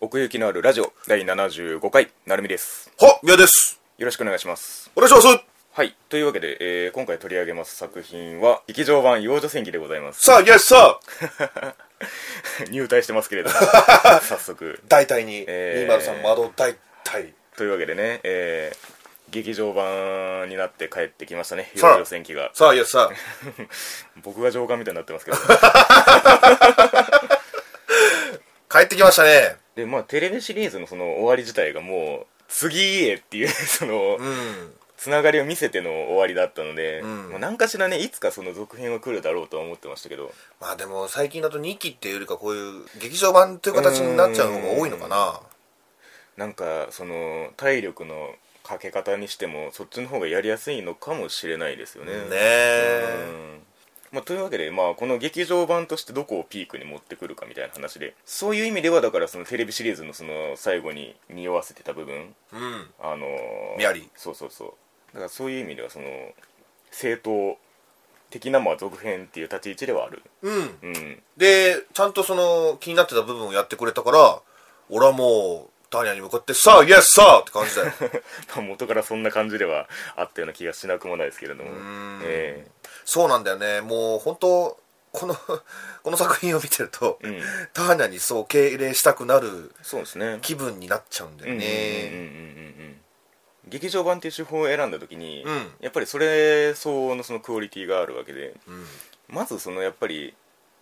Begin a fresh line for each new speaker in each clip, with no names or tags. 奥行きのあるラジオ第75回なるみです
は、宮です。
よろしくお願いします
お願いします。
はいというわけで、えー今回取り上げます作品は劇場版幼女戦記でございます
さあ、宮地さん。
入隊してますけれども 早速
大体に、
えー
203窓大体。
というわけでね、えー劇場版になって帰ってきましたね幼
さあ
女戦記が
さあ、宮地さん。
僕が上官みたいになってます けど
帰ってきましたね。
でまあテレビシリーズのその終わり自体がもう次へっていう その
うん。
つながりを見せての終わりだったので、
ん
まあ、何かしらねいつかその続編は来るだろうとは思ってましたけど
まあでも、最近だと2期っていうよりか、こういう劇場版という形になっちゃう方が多いのかな。
なんかその体力のかけ方にしてもそっちの方がやりやすいのかもしれないですよね。
ね
う
え。
んまあ、というわけで、まあ、この劇場版としてどこをピークに持ってくるかみたいな話でそういう意味ではだからそのテレビシリーズのその最後に匂わせてた部分、
うん。
あのー
メアリー
そうそうそうだからそういう意味ではその正当的なまあ続編っていう立ち位置ではある、
うん。
うん、
で、ちゃんとその、気になってた部分をやってくれたから、俺はもう、ダニアに向かって、さあ、イエスさあって感じだ よ。
まあ元からそんな感じではあったような気がしなくもないですけれども、
ん
え
そうなんだよね。もう、本当この、この作品を見てると、
えうん、
ターニャにそう敬礼したくなる
そうですね
気分になっちゃうんだよ
うん
ね
うんうんうんうん劇場版っていう手法を選んだ時に、
うん
やっぱりそれ相応のそのクオリティがあるわけで
うん
まずそのやっぱり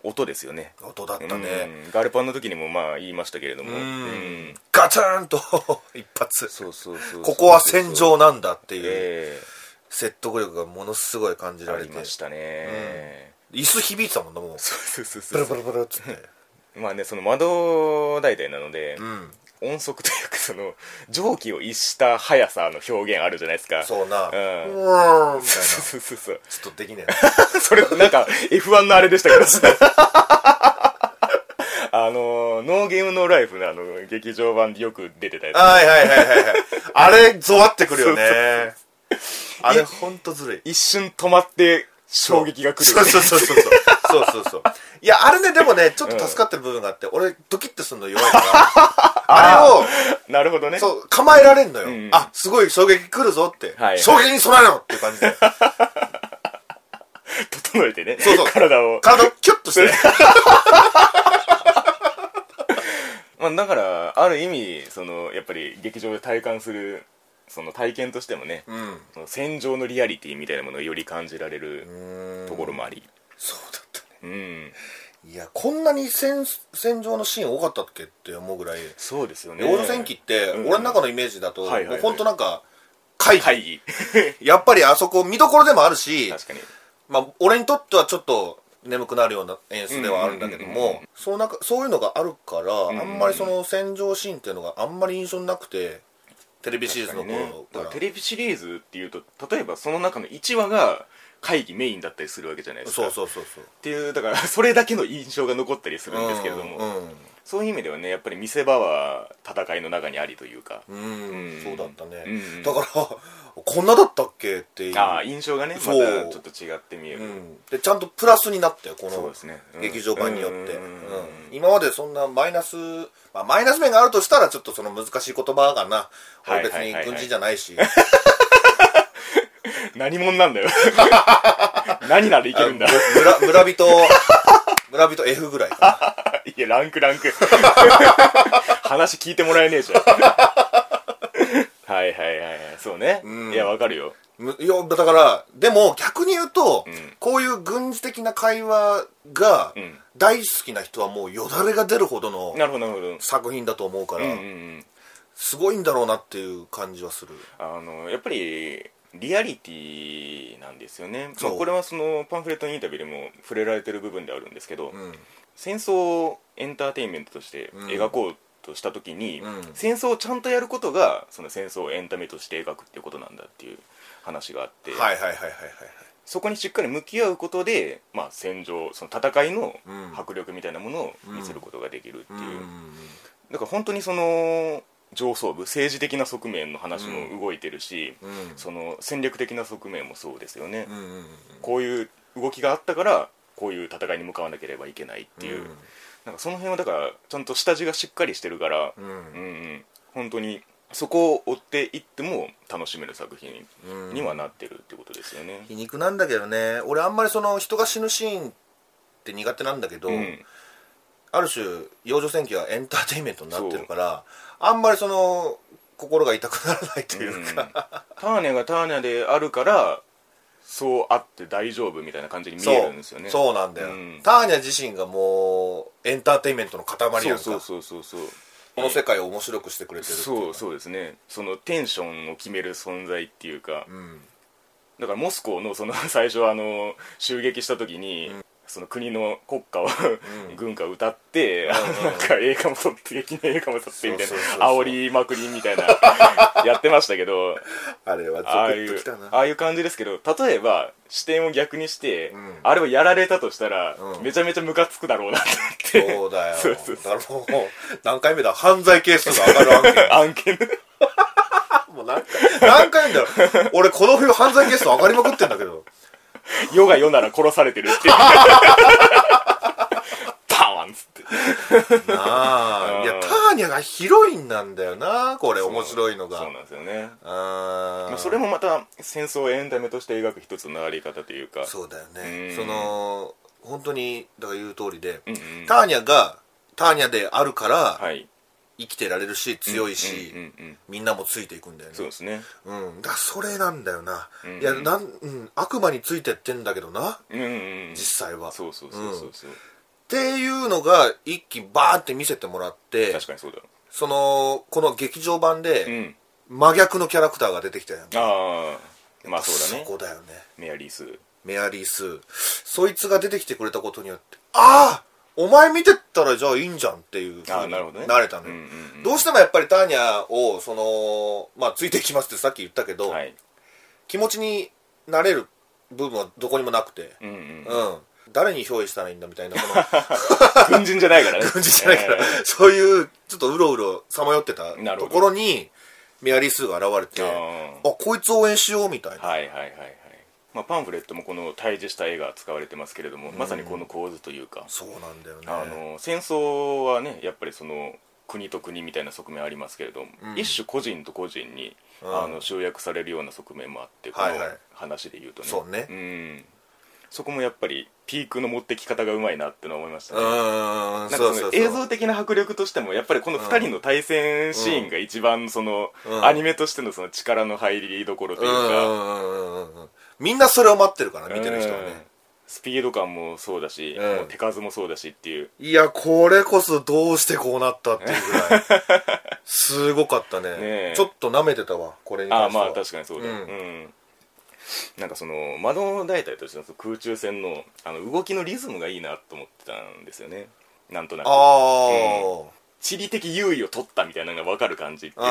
音ですよね
音だったね、
うんガルパンの時にもまあ言いましたけれども、
うん
うん
ガツンと 一発
そうそうそうそう
ここは戦場なんだっていう
え
説得力がものすごい感じ
え
ら
あ
れ
り
て
ましたね、
椅子響いてたもんなもう
そうそう
ブ
そう
ル
そ
ブルブルっつって
うまあねその窓大体なので、
うん
音速というかその蒸気を逸した速さの表現あるじゃないですか
そうなう
うん
ーんみたいなち
そうそうそう
ょっとできね
それなんか F1 のあれでした けどあのノーゲームノーライフのあの劇場版でよく出てたや
えなはいはいは いはいはいあれゾワってくるよ
そう
ねあれほんとずるい
つ一瞬止まって衝撃が来る
そうそうそうそうそうそうそうそういやあれねでもねちょっと助かってる部分があって、俺ドキッてするの弱 いからあれを
なるほどね
そう、構えられんのよ。
ん
あ、すごい衝撃来るぞって。
はい
衝撃に備えろっていう 感じで。
整えてね
そうそう
体を、
体をキュッと して。
まあ、だからある意味そのやっぱり劇場で体感するその体験としてもね、
うん。
その戦場のリアリティみたいなものをより感じられるところもあり
そうだったね。
うん、
いや、こんなに戦、戦場のシーン多かったっけって思うぐらい。
そうですよね
幼女戦記って、
うん
俺の中のイメージだと、
はいはいはい
もうほんとなんか、会議、
会議
やっぱりあそこ見どころでもあるし、
確かに
まあ、俺にとってはちょっと眠くなるような演出ではあるんだけど
うんうんうんう
もその中そういうのがあるから、
んうん
あんまりその戦場シーンっていうのがあんまり印象なくてテレビシリーズの
ね
頃
だ
か
から
ら
テレビシリーズっていうと例えばその中の1話が会議メインだったりするわけじゃないですか
そうそうそうそう
っていうだから それだけの印象が残ったりするんですけれども、そういう意味ではねやっぱり見せ場は戦いの中にありというか、
うん、うん
うん
そうだったね、
うん
だからこんなだったっけっていう
ああ印象がねまた
そう
ちょっと違って見える、
うん、でちゃんとプラスになったよこ
そう
の
ですねうん
劇場版によって、
うん
うん今までそんなマイナス、まあ、マイナス面があるとしたらちょっとその難しい言葉がな俺別
はいはい はい
に
はい
軍人じゃないし、
何者なんだよ 何ならいけるんだ
あむ村村人 村人 F ぐらいか
いやランクラン ク話聞いてもらえねえじゃんはいはいはいはいそうね、
うん
いやわかるよ
なむいやだからでも逆に言うと、
ん
こういう軍事的な会話が
うん
大好きな人はもうよだれが出るほどの
なるほどなるほど
作品だと思うから、
うんうんうん
すごいんだろうなっていう感じはする
あのやっぱりリアリティなんですよね、ま
そ
あ、
う
これはそのパンフレットのインタビューでも触れられてる部分であるんですけど、
うん
戦争をエンターテインメントとして
うん
描こうとした時に、
うん
戦争をちゃんとやることがその戦争をエンタメとして描くっていうことなんだっていう話があって、
はいはいはいはいはい
そこにしっかり向き合うことで、まあ、戦場その戦いの
うん
迫力みたいなものを見せることができるっていう、
はい
だから本当にその上層部政治的な側面の話も動いてるし、
うんうん
その戦略的な側面もそうですよね、
うんうんうん
こういう動きがあったからこういう戦いに向かわなければいけないっていう、
うん
なんかその辺はだからちゃんと下地がしっかりしてるから、
う
うんう
ん
ん、本当にそこを追っていっても楽しめる作品
うん
にはなってるってことですよね。
皮肉なんだけどね俺あんまりその人が死ぬシーンって苦手なんだけど、
うん、
ある種幼女戦記はエンターテインメントになってるからあんまりその心が痛くならないというか、
うんターニャがターニャであるからそうあって大丈夫みたいな感じに見
そう
えるんですよね
そうなんだよ、
うん
ターニャ自身がもうエンターテインメントの塊やんか
そうそうそうそうそう
この世界を面白くしてくれてるってい
そう
う
そうですねそのテンションを決める存在っていうか、
かうん
だからモスコーのその 最初あの襲撃した時に、その国の国歌を、
ん
軍歌を歌って、あ
うん
のなんか映画も撮って劇の映画も撮ってみたい
そうそうそう
な
そう
煽りまくりみたいなやってましたけど
あれはゾク
ああい
ッと
う
きたな
ああいう感じですけど例えば視点を逆にして、
うん
あれをやられたとしたら、
うん
めちゃめちゃムカつくだろうなって思って
そうだよ
そうそうそ
だろう何回目だ犯罪係数が上がる案件
案件
もう何回何回目だろう俺この冬犯罪係数上がりまくってんだけど
世が世なら殺されてるっていう パワンっつって
なあ
うん
いやターニャがヒロインなんだよなこれ面白いのが
そうなんですよね
あー
まあ、それもまた戦争をエンタメとして描く一つのあり方というか
そうだよ
う
ね
ん
その本当にだから言う通りで、
うんうん
ターニャがターニャであるから
はい
生きてられるし強いし、
うんうんうん
みんなもついていくんだよね
そうですね
うん、だからそれなんだよな、
うん
いやなん、うん、悪魔についてってんだけどな
うんうんうん
実際は
そうそうそうそうそう
っていうのが一気にバーって見せてもらって
確かにそうだ
そのこの劇場版
う
で
ん
真逆のキャラクターが出てきたやん
ああまあそうだね
そこだよね
メアリース
メアリースそいつが出てきてくれたことによってああお前見てったらじゃあいいんじゃんっていう
あ
風
あ
に
なるほどね
なれたの
うんう
よ
んうん
どうしてもやっぱりターニャをその、まあ、ついていきますってさっき言ったけど、
はい
気持ちになれる部分はどこにもなくて、
うんう
うんん誰に憑依したらいいんだみたいなこ
軍人じゃない からね
の感じじゃないから、
えー
そういうちょっとうろうろさまよってた
なるほ
と
ど
ころにメアリー・スーが現れてあ
あ
こいつ応援しようみたいな、
はいはいはいはいまあパンフレットもこの対峙した絵が使われてますけれどもまさにこの構図というか
そうなんだよね
あの戦争はねやっぱりその国と国みたいな側面ありますけれども、
うん
一種個人と個人に、
うん
あの集約されるような側面もあってこの
はいはい
話で言うとね,、
そうね
んそこもやっぱりピークの持ってき方がうまいなってのは思いました
う
ね
ーん
なん
そ
か
う
そ
そう
の
そう
映像的な迫力としてもやっぱりこの2人の対戦シーンが一番その、
うん
アニメとしてのその力の入りどころというか、
うんうんうんうんうんみんなそれを待ってるから見てる人は
うん
ね
スピード感もそうだし、
うん
もう手数もそうだしっていう
いやこれこそどうしてこうなったっていうぐらい すごかったね
ねえ
ちょっと舐めてたわこれに
ああ
関しては
まあ確かにそうだ、う
うんん
なんかその窓大隊としての空中戦のあの動きのリズムがいいなと思ってたんですよねなんとなく
あー
地理的優位を取ったみたいなのが分かる感じっていう
あ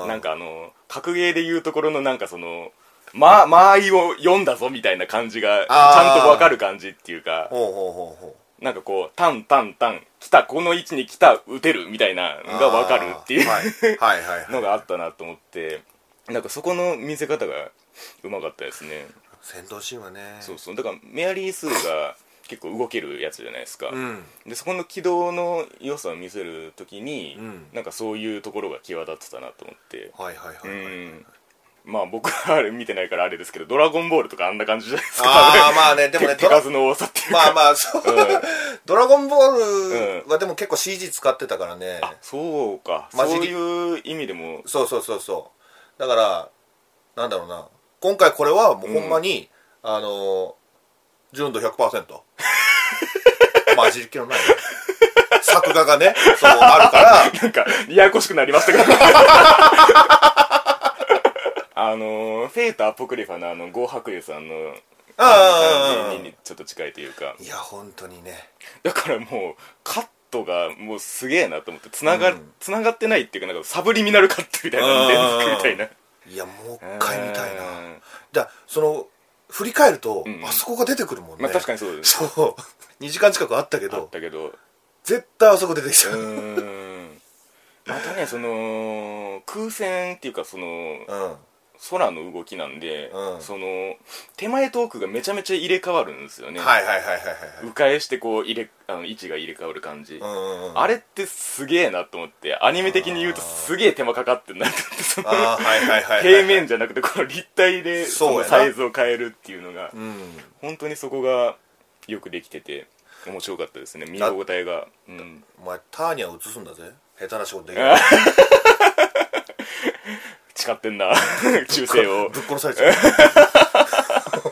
か
ー
なんかあの格ゲーでいうところのなんかそのまあ間合いを読んだぞみたいな感じがち
あ
ゃ
ー
んと分かる感じっていうか
ほうほうほうほう
なんかこうタンタンタン来たこの位置に来た打てるみたいなのが分かるっていう
あーはい、はいはいはい
のがあったなと思ってなんかそこの見せ方がうまかったですね
戦闘シーンはね
そうそうだからメアリー・スーが結構動けるやつじゃないですか、
うん
でそこの軌道の良さを見せるときに、
うん
なんかそういうところが際立ってたなと思って、
はいはいは
う
い、はい
んまあ僕はあれ見てないからあれですけど「ドラゴンボール」とかあんな感じじゃないですか
ああまあねでも ね
手手数の多さっていうか、
まあまあそう、
うん
ドラゴンボールはでも結構 CG 使ってたからね、
そうかそ
混
う
じり
いう意味でも
そうそうそうそうだからなんだろうな今回これはもうほんまに、あの純度100% 混じり気のない作画がねそうあるから
なんかややこしくなりましたけどあのフェータ・アポクリファのあの郷白湯さんの
あー
感じにちょっと近いというか
いや本当にね
だからもうカットがもうすげえなと思ってつなが,、
うん
つながってないっていうかなんかサブリミナルカットみたいな連続みたいない
やもう一回見たいな
うん
だからその振り返ると、
うん
あそこが出てくるもんね、
まあ確かにそうです
そう2時間近くあったけ
あっ
ど
たけど
絶対あそこ出てきちゃ
う
う、
ーんまたねその空戦っていうかその
うん、
空の動きなんで、
うん
その手前と奥がめちゃめちゃ入れ替わるんですよね、
はいはいはいはい
迂回してこう入れあの位置が入れ替わる感じ、
はいうんうん
あれってすげえなと思ってアニメ的に言うとすげえ手間かかってんなと思ってその
あーはいはいはいはい
平面じゃなくてこの立体でそ
そうや
の
な
サイズを変えるっていうのが
うん
本当にそこがよくできてて面白かったですね見応えが、うん、
お前ターニャを映すんだぜ下手な仕事できない
誓ってんな中世を
ぶっ殺さ れちゃう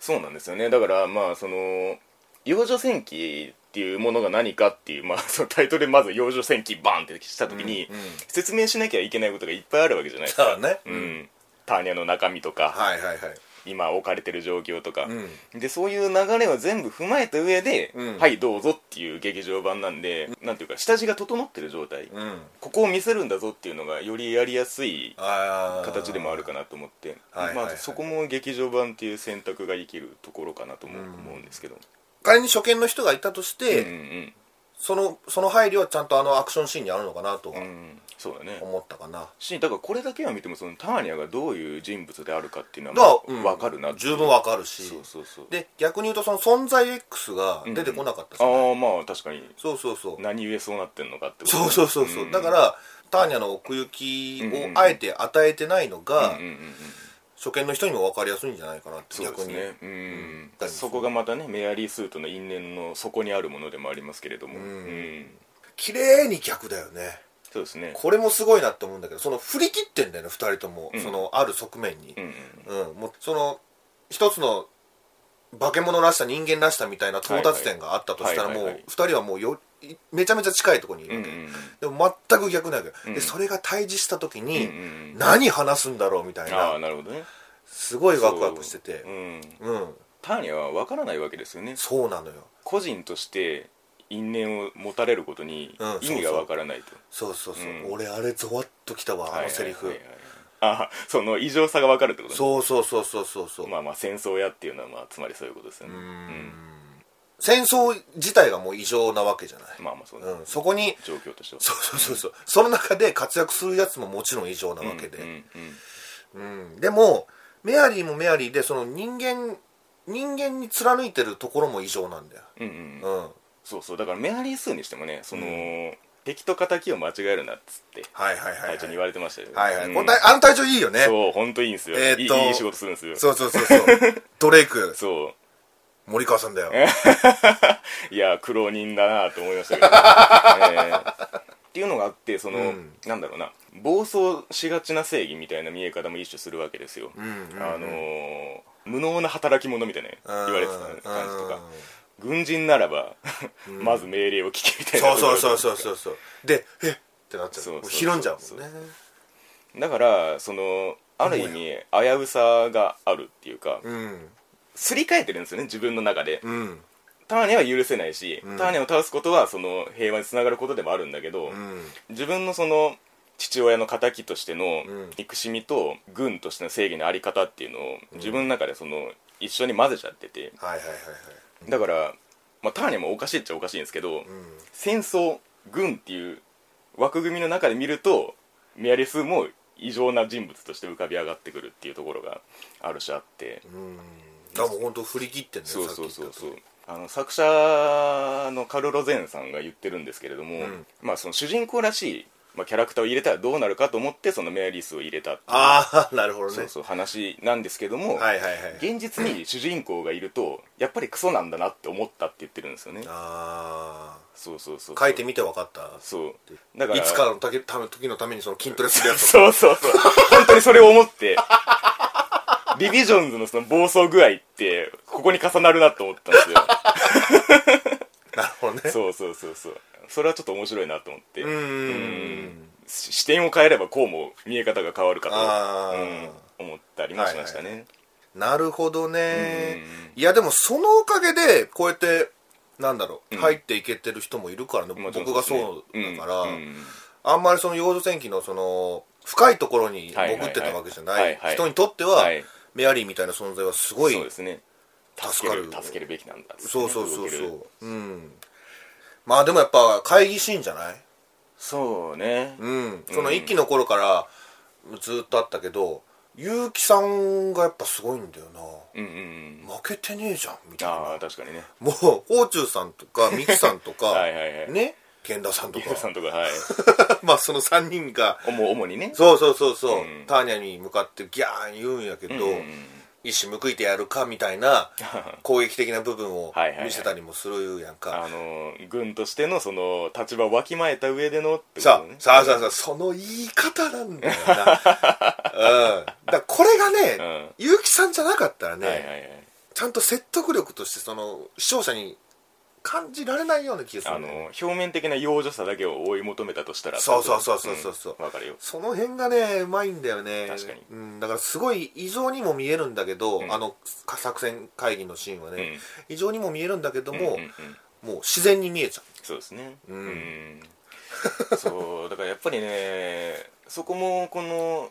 そうなんですよねだからまあその幼女戦記っていうものが何かっていう、まあ、そのタイトルでまず幼女戦記バンってした時に、
うんうん
説明しなきゃいけないことがいっぱいあるわけじゃないです
だ
か、
からね
うんターニャの中身とか、
はいはいはい
今置かれてる状況とか、
うん
でそういう流れを全部踏まえた上で、
うん
はいどうぞっていう劇場版なんで、なんていうか下地が整ってる状態、
うん
ここを見せるんだぞっていうのがよりやりやすい
あー
形でもあるかなと思って
はいはいはい
まあ、そこも劇場版っていう選択が生きるところかなとも思うんですけど、
仮に初見の人がいたとし
うん、
て、
うん
そのその配慮はちゃんとあのアクションシーンにあるのかなと
うんう
は
んそうだね
思ったかな、
しだからこれだけは見てもそのターニャがどういう人物であるかっていうの
だ
は
からうん
分かるなっていう
十分わかるし
そうそうそう
で逆に言うとその存在 X が出てこなかったじゃない
ああまあ確かに
そうそうそう
何故そうなってんのかってこと
そうそうそうそう、
ん
だからターニャの奥行きをあえて与えてないのが、
うんうんうん
初見の人にも分かりやすいんじゃないかなって
そうで
逆
す
に
ねうん
うん
そこがまたねメアリースートの因縁の底にあるものでもありますけれども、
うん
うん
綺麗に逆だよね
そうですね
これもすごいなって思うんだけどその振り切ってんだよね2人とも、
うん
そのある側面に
う、んうん
うんもうその一つの化け物らしさ人間らしさみたいな到達点があったとしたら
はいは
も
いうはいはい
2人はもうよいめちゃめちゃ近いところにい
う
るわ
ん
け、
うん
でも全く逆なわけ、
うん
でそれが対峙した時
うんう
に、
んうん
何話すんだろうみたい
ああ
な
なるほどね
すごいワクワクしてて
そううん、
うん
ターニャは分からないわけですよね
そうなのよ
個人として因縁を持たれることに
うん
意味が分からないと、
そうそうそう、
うん
俺あれゾワッときたわあのセリフ、
はいはいはいはいあその異常さが分かるってことね
そうそうそうそうそうそう、
まあまあ戦争やっていうのはまあつまりそういうことですよね
うーん
うん
戦争自体がもう異常なわけじゃない、
まあまあそうね、
うん、そこに
状況としては
そうそうそうそうその中で活躍するやつももちろん異常なわけ
うんう
で、
んうん
うんでもメアリーもメアリーでその人間人間に貫いてるところも異常なんだよ、
うんうん
うん、はい
そうそうだからメアリー・スーにしてもねその、敵と敵を間違えるなっつって
はいはいは
隊
い
長に言われてましたよね
はいはい、
うん
この隊あの隊長いいよね
そう本当いいんですよ、
え
い
ーっと
いいい仕事するんですよ
そうそうそうそう ドレイク
そう
森川さんだよ
いや苦労人だなと思いましたけど、えーっていうのがあってその、
うん
なんだろうな暴走しがちな正義みたいな見え方も一種するわけですよ、
うんうんうん
あのー無能な働き者みたいなね言われてた感じとか
うん
軍人ならばまず命令を聞けみたいな
そう
ところ
そうそうそうそうそうでえっってなっちゃう
そうそうそう
ひるんじゃうもんね
だからそのある意味危うさがあるっていうか
うん
すり替えてるんですよね自分の中で
うん
ターニャは許せないし、
うん
ターニャを倒すことはその平和につながることでもあるんだけど、
うん
自分のその父親の敵としての
うん
憎しみと軍としての正義のあり方っていうのを自分の中でその一緒に混ぜちゃってて
はいはいはいはい
だから、まあ、ターニャもおかしいっちゃおかしいんですけど、
うん
戦争軍っていう枠組みの中で見るとメアリスも異常な人物として浮かび上がってくるっていうところがある種あって、
うんだからもう本当振り切ってんだ
そ
よ
う
さっき
そ
言
う
った
そ
と
うそうあの作者のカルロ・ゼンさんが言ってるんですけれども、
うん
まあ、その主人公らしい、まあ、キャラクターを入れたらどうなるかと思ってそのメアリースを入れたっていう
ああなるほど
そ
ね
うそう話なんですけども、
はいはいはい
現実に主人公がいるとやっぱりクソなんだなって思ったって言ってるんですよね
あ
そうそうそう
あ書いてみて分かった
そうだから
いつかのたけため時のためにその筋トレするやつ
そうそうそう本当にそれを思って リビジョンズのその暴走具合ってここに重なるなと思ったんですよ
なるほどね
そうそうそうそうそれはちょっと面白いなと思って
うん
うんし視点を変えればこうも見え方が変わるか
あ
と、
ー
うん、思ったりもしましたね、
なるほどね
う
いやでもそのおかげでこうやってなんだろう、
うん
入っていけてる人もいるからね、
もちろん
僕がそう
ですね
だから、
うんうん
あんまりその幼女戦記のその深いところに
はいはい
潜ってたわけじゃ
は
ないい
はい
人にとっては
はい
メアリーみたいな存在はすごい
そうですね助
助
け
か
る
る
助けるべきなんだってね
そうそうそ
動
う
ける
そううんまあでもやっぱ会議シーンじゃない
そうね
うんその一期の頃からずっとあったけど結城さんがやっぱすごいんだよな
うんうんうん
負けてねえじゃんみたい
あ
な
あ確かにね
もう甲虫さん とかミキさんとか
はいはいはい
ね源田さんと
伊
か
藤さんとかはい
まあその3人が
主主にね
そうそうそうそう、
うん
ターニャに向かってギャーン言うんやけど、
うんうんうん
一矢報いてやるかみた いな攻撃的な部分を
はいはいはい
見せたりもするやんか、
あの軍としてのその立場をわきまえた上でのってこと
さ
ね
あさあさあさあその言い方なんだよ な、うん、だからこれがね、結城さんじゃなかったらね、
はいはいはい
ちゃんと説得力としてその視聴者に感じられないような気がす
あ
る、ね、
の表面的な養女さだけを追い求めたとしたら
そうそうそうそうそうそうん
わかるよ
その辺がねうまいんだよね
確かに
うん、だからすごい異常にも見えるんだけど、
うん
あの作戦会議のシーンはね、
ん
異常にも見えるんだけども、
んんん
もう自然に見えちゃ
そうですね
うん
んそうだからやっぱりねそこもこの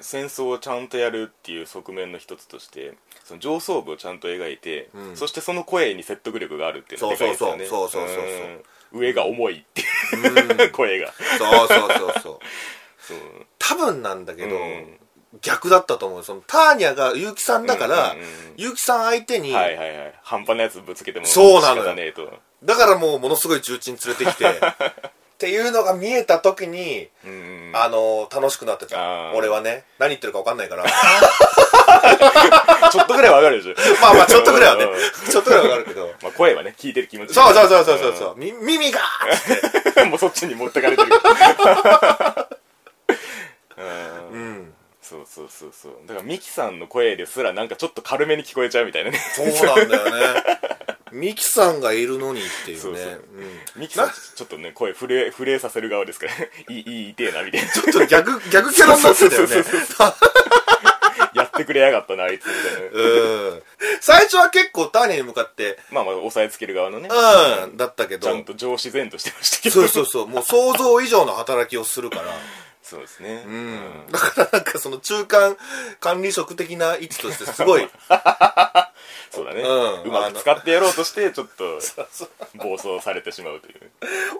戦争をちゃんとやるっていう側面の一つとしてその上層部をちゃんと描いて、
うん
そしてその声に説得力があるっていうのがでかいですよね
そうそうそうそうそうそう
うん上が重いっていう
う、うん
う 声が
そうそうそうそう
そう
多分なんだけど、
うん
逆だったと思うそのターニャが結城さんだから、
うんうんうん
結城さん相手に、
はいはいはい半端なやつぶつけても
そうなのよ
仕方ねえと
だからもうものすごい重鎮連れて きてっていうのが見えた時に、
うんうん
あの楽しくなって
あ
た
ー
俺はね何言ってるか分かんないから
ちょっとぐらいはわかるでしょ
まあまあちょっとぐらいはね
うんうん
ちょっとぐらいは分かるけど
まあ声はね聞いてる気持ち
そうそうそうそうそうそう、み耳が
うん もうそっちに持ってかれて るうん
うん
そうそうそうそうだからミキさんの声ですらなんかちょっと軽めに聞こえちゃうみたいな ね
そうなんだよ ねミキさんがいるのにっていうね
そうそう
うん
ミキさん
な
ちょっとね声震え震えさせる側ですから いいいい痛えなみたいな
ちょっと逆逆キャラになってたよね
そうそう やってくれやがったなあいつみたいな
うん最初は結構ターニャに向かって
まあまあ押さえつける側のね
うんだったけ
ちゃ
ど
んと上自然としてましたけど
そうそうそうもう想像以上の働きをす るから
そうですねう
だからなんかその中間管理職的な位置としてすごい
そうだね、
うん
うまく使ってやろうとしてちょっと暴走されてしまうという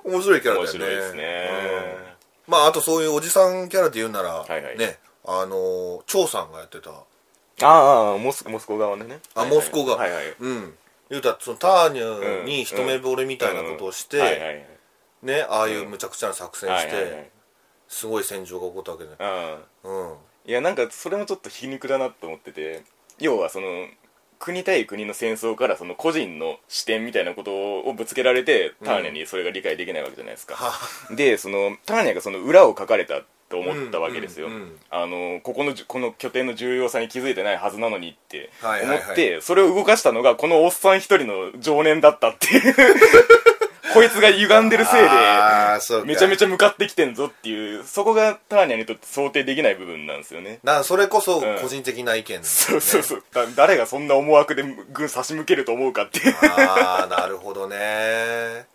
面白いキャラだよ
面
ね
白いですね、
うんまああとそういうおじさんキャラで言うなら、
いはい
ねあの張さんがやってた
ああモスモスコ側のね
あ、
はいはい
モスコが、
はいはい
うん言うたらそのターニュに一目惚れみたいなことをして、
うんはいはいはい
ねああいうむちゃくちゃな作戦
はい
して、
はいはい
すごい戦場が起こったわけだよ
うん
うん
いやなんかそれもちょっと皮肉だなと思ってて要はその国対国の戦争からその個人の視点みたいなことをぶつけられてターニャにそれが理解できないわけじゃないですか、でそのターニャがその裏を書かれたと思ったわけですよ、
うんうんうん
あのここのじこの拠点の重要さに気づいてないはずなのにって思っ
はい
て、
はいはい
それを動かしたのがこのおっさん一人の常念だったっていうこいつが歪んでるせいで
あーそうか
めちゃめ
ち
ちゃ向かってきてんぞっていうそこがターニャにとって想定できない部分なんですよね
ゃなそれこそ
ん
個人的な意見だよね、
そうそうそう、だ誰がそんな思惑で軍差し向けると思うかっていう
ああなるほどね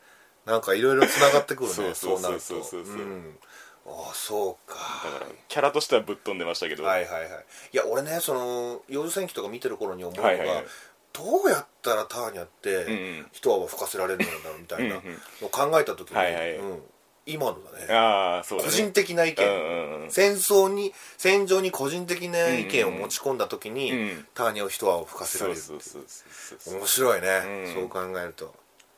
なんかいろいろつながってくるね
そう
そ
そう
うなると
そうそうそうそうん
ああそうか
キャラとしてはぶっ飛んでましたけど、
はいはいはいいや俺ねその「幼女戦記」とか見てる頃に思うのが、
はいはいはい
どうやったらターニャっ
んう
て
ん
一泡吹かせられるんだろうみたいな
うんうん
のを考えた時に、
はいはい
うん、今のだね
ああそうだ
個
ね
人的な意見、
うんうんうん
戦争に戦場に個人的な意見を持ち込んだ時に、
うんうん
ターニャを一泡吹かせ
そ
られ
う
るって
そ
いう
うそうそうそう
面白いね、
うん
そう考えると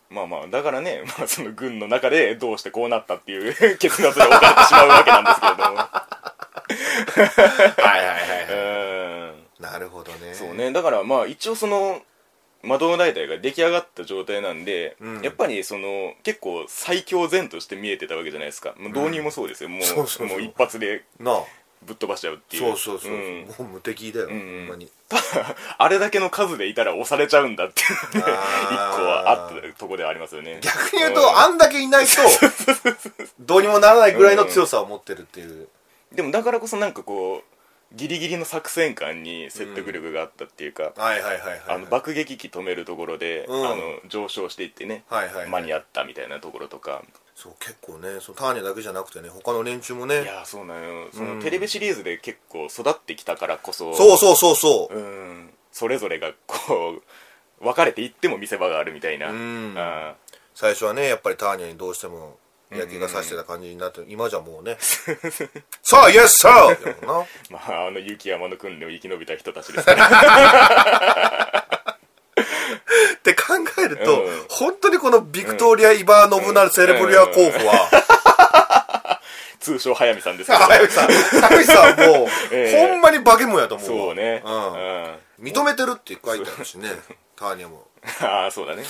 まあまあだからね、 まあ、その軍の中でどうしてこうなったっていう 結末が置かれてしまうわけなんですけれども
はいはいはい、はい
ー
う
ん
なるほどね
そうねだからまあ一応その魔導大隊が出来上がった状態なんで、
うん
やっぱりその結構最強前として見えてたわけじゃないですかもう導入もそうですよ、もう
そうそうそう
もう一発で
なあ
ぶっ飛ばしちゃうっていう
そうそうそう、
ん
もう無敵だよ、
ん
ほんまに
あれだけの数でいたら押されちゃうんだっていうのね一個
あー
はあったとこではありますよね
逆に言うとあんだけいない とどうにもならないぐらいの強さを持ってるっていう、
うんでもだからこそなんかこうギリギリの作戦感に説得力があったっていうか、
はいはいはいはい
あの爆撃機止めるところで、
うん
あの上昇していってね、
はいはいはい
間に合ったみたいなところとか
そう結構ねそのターニャだけじゃなくてね他の連中も
い
ね
やーそうなのよそうの
ん
テレビシリーズで結構育ってきたからこそ
そうそうそうそう
う、んそれぞれがこう分かれていっても見せ場があるみたいな、
うん
あ
最初はねやっぱりターニャにどうしても野球がさしてた感じになって、今じゃもうね さあイエスさあだ もんな
まああの雪山の訓練を生き延びた人たちです ね
って考えると、
うん
本当にこのビクトリア・イバーノブナル・セレブリア候補は、
通称速水さんですけど
高橋さん、高橋さんもう、
ええ
ほんまに化け物やと 思うわ
そうね
うん
あ
認めてるって書いてあるしね、ターニャも。
あーそうだね、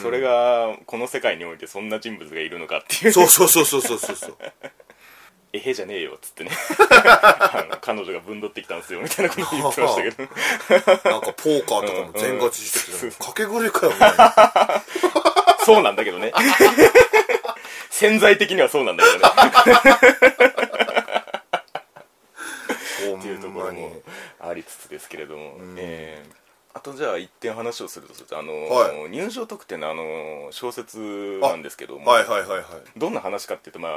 それがこの世界においてそんな人物がいるのかっていう
そうそうそうそうそうそうそう。
えへじゃねえよっつ ってねあの彼女がぶんどってきたんですよみたいなこと言ってましたけ ど
なんかポーカーとかも全勝ちして
うんう
て、
ん
かけ狂いかよ、みたいな。
そうなんだけど ね潜在的にはそうなんだけどね
ほん
っていうとこ
ま
ろ
に
も。ありつつですけれども、えーあとじゃあ一点話をするとするとあの、
は
入賞特典のあの小説なんですけども、
はいはいはいはい。
どんな話かっていうと、まあ、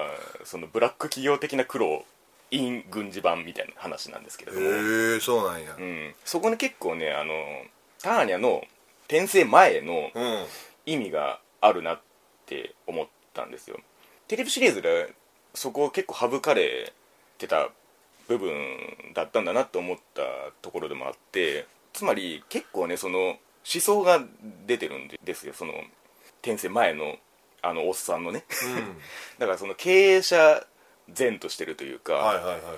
そのブラック企業的な苦労 in 軍事版みたいな話なんですけれども、
へえ、そうなんや
う。ん、そこに結構ねあのターニャの転生前の
うん。
意味があるなって思ったんですよテレビシリーズでそこを結構省かれてた部分だったんだなと思ったところでもあってつまり結構ねその思想が出てるんですよその転生前のあのおっさんのね だからその経営者善としてるというか、
はいはいはいはいはい。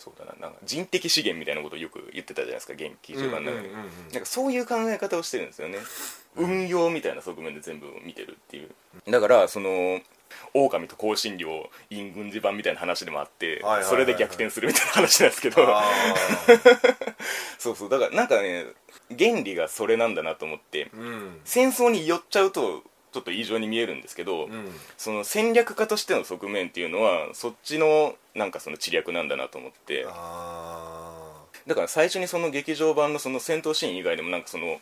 そうだななんか人的資源みたいなことをよく言ってたじゃないですか現金中盤の中で、
うんうんうんうん
なんかそういう考え方をしてるんですよね、運用みたいな側面で全部見てるっていうだからその狼と香辛料陰軍事版みたいな話でもあって、
はいはいはいはい
それで逆転するみたいな話なんですけど
あ
そうそうだからなんかね原理がそれなんだなと思って、
ーうん。
戦争に寄っちゃうとちょっと異常に見えるんですけど、
うん。
その戦略家としての側面っていうのはそっちのなんかその知略なんだなと思って
あ
だから最初にその劇場版のその戦闘シーン以外でもなんかその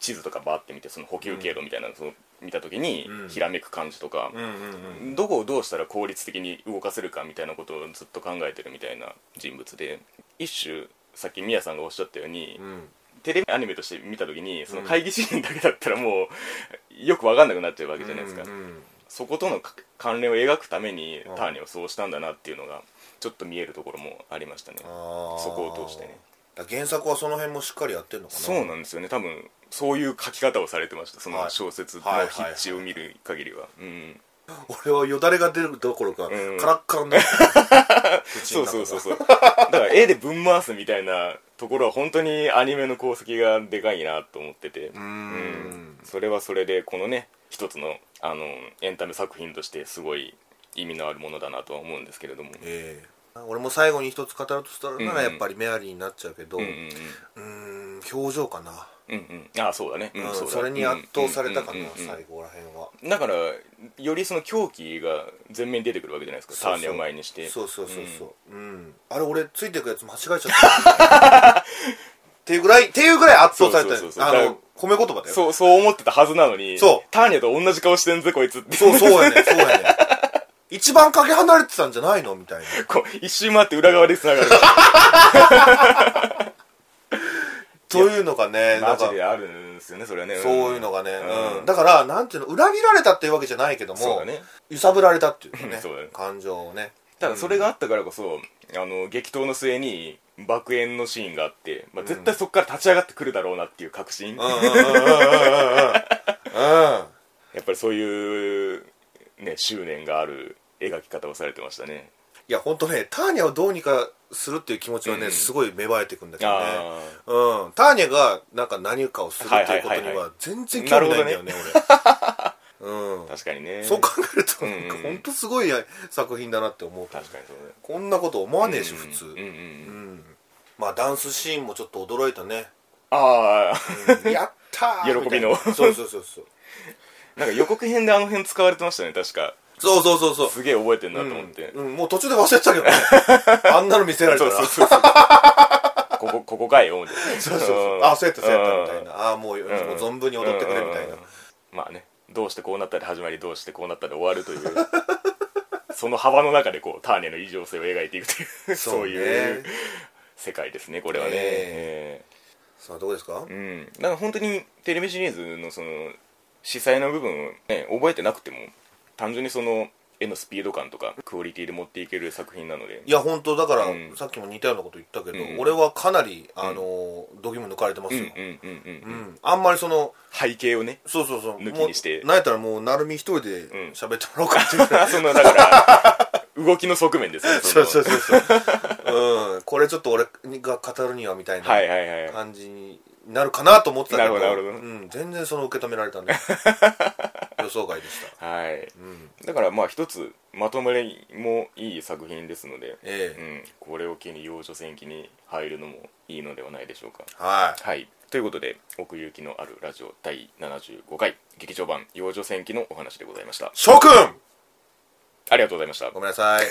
地図とかバーって見てその補給経路みたいなのをその見た時に
うん
ひらめく感じとか
ー。う、んうんうん。
どこをどうしたら効率的に動かせるかみたいなことをずっと考えてるみたいな人物で一種さっきみやさんがおっしゃったように、
うん。
テレビアニメとして見た時にその会議シーンだけだったらもうよく分かんなくなっちゃうわけじゃないですか、
うんうん
そことのか関連を描くために
うん
ターニャをそうしたんだなっていうのがちょっと見えるところもありましたね
あー
そこを通してね
だから原作はその辺もしっかりやってんのかな
そうなんですよね多分そういう書き方をされてましたそ
は
の
い
小説の
はいはいはい
筆致を見る限りは、うん
俺はよだれが出るどころか、
ん
カラッカ ラになってる口
そ
の
う
中が
そうそうそうだから絵でぶん回すみたいなところは本当にアニメの功績がでかいなと思ってて
うーん
それはそれでこのね一つのあのエンタメ作品としてすごい意味のあるものだなとは思うんですけれども、
ええ俺も最後に一つ語るとしたらな
う
ら
んう
や
ん
っぱりメアリーになっちゃうけどう
うんうん
ーん表情かな、
うんうんうんああそうだね、うん
うん
そ
そ
だ
うれに圧倒されたかな、
うんうんうんうん
最後らへんは
だからよりその狂気が前面に出てくるわけじゃないですか
そうそう
ターニャを前にして
そうそうそうそううん、あれ俺ついてくやつ間違えちゃっ たっていうぐらいっていうぐらい圧倒されたよ
そうそうそうそう
あ
だ
の褒め言葉だよ
そう、そう思ってたはずなのに、
そう
ターニャと同じ顔してんぜ、こいつって。
そうそうやね そうやね一番かけ離れてたんじゃないのみたいな
こう一周回って裏側で繋がる。
というのがねな
マ
んか
ジであるんですよね、それはね。ん
そういうのがね、うん
うん
だからなんていうの裏切られたっていうわけじゃないけど
そう
も、
だね。
揺さぶられたっていうかね
そうだね
感情をね
ただ、それがあったからこそ、あの、激闘の末に、爆炎のシーンがあって、まあ、絶対そこから立ち上がってくるだろうなっていう確信。
う
や
んうんうんうんうんうんうん
っぱりそういう、ね、執念がある描き方をされてましたね。
いや本当ねターニャをどうにかするっていう気持ちはね、
うん
すごい芽生えてくんだけどね
あ
うん、ターニャがなんか何かをするっていうことに
はいはいはいは
は全然興味ないんだよね俺うん
あ、確かにね。
そう考えるとなん
う
か
ん
本当すごい作品だなって思う
確かにそうだね。
こんなこと思わねえし普通
うんうんうんうん。
まあダンスシーンもちょっと驚い たね
ああ。
やったー
喜びの
みたいなそうそうそうそう
なんか予告編であの辺使われてましたね、確か。
そうそうそうそう
すげえ覚えてんなと思って。
うんうんもう途中で忘れてた けどねあんなの見せられた
そう
ら
そうそうそう。ここ、ここかいよ、みたいな。
そうそうそうあそうやったそうやったみたい
な。
なああもうもう存分に踊ってくれみたいな
うんまあね、どうしてこうなったで始まり、どうしてこうなったで終わるという。その幅の中でこう、ターニャの異常性を描いていくという、
そ
そうう
ね
いう世界ですね、これはね。
え
ええ
さあどうですか
うん、だから本当にテレビシリーズのその司祭の部分を、ね、覚えてなくても単純にその絵のスピード感とかクオリティで持っていける作品なので
いや本当だから、
うん
さっきも似たようなこと言ったけど、
うん
俺はかなりあのー度肝抜かれてます
うんう
よ、
んうんうん、
うんあんまりその
背景をね
そうそうそう
抜きにして
もうなんやったらもう成海一人で
ん
喋ってもらおうかっていう、
そのだから動きの側面ですね
そ
そうの
そうそう そう、うん、これちょっと俺が語るにはみたい
はい
な
はいはい
感じになるかなと思ってたけど,、
なるほどなるほど
うん、全然その受け止められ たね予想外でした
はい
うん
だからまあ一つまとまりもいい作品ですので、
え
う
え
ん、これを機に幼女戦記に入るのもいいのではないでしょうか
はい
はいということで奥行きのあるラジオ第75回劇場版幼女戦記のお話でございました
諸君
ありがとうございました
ごめんなさい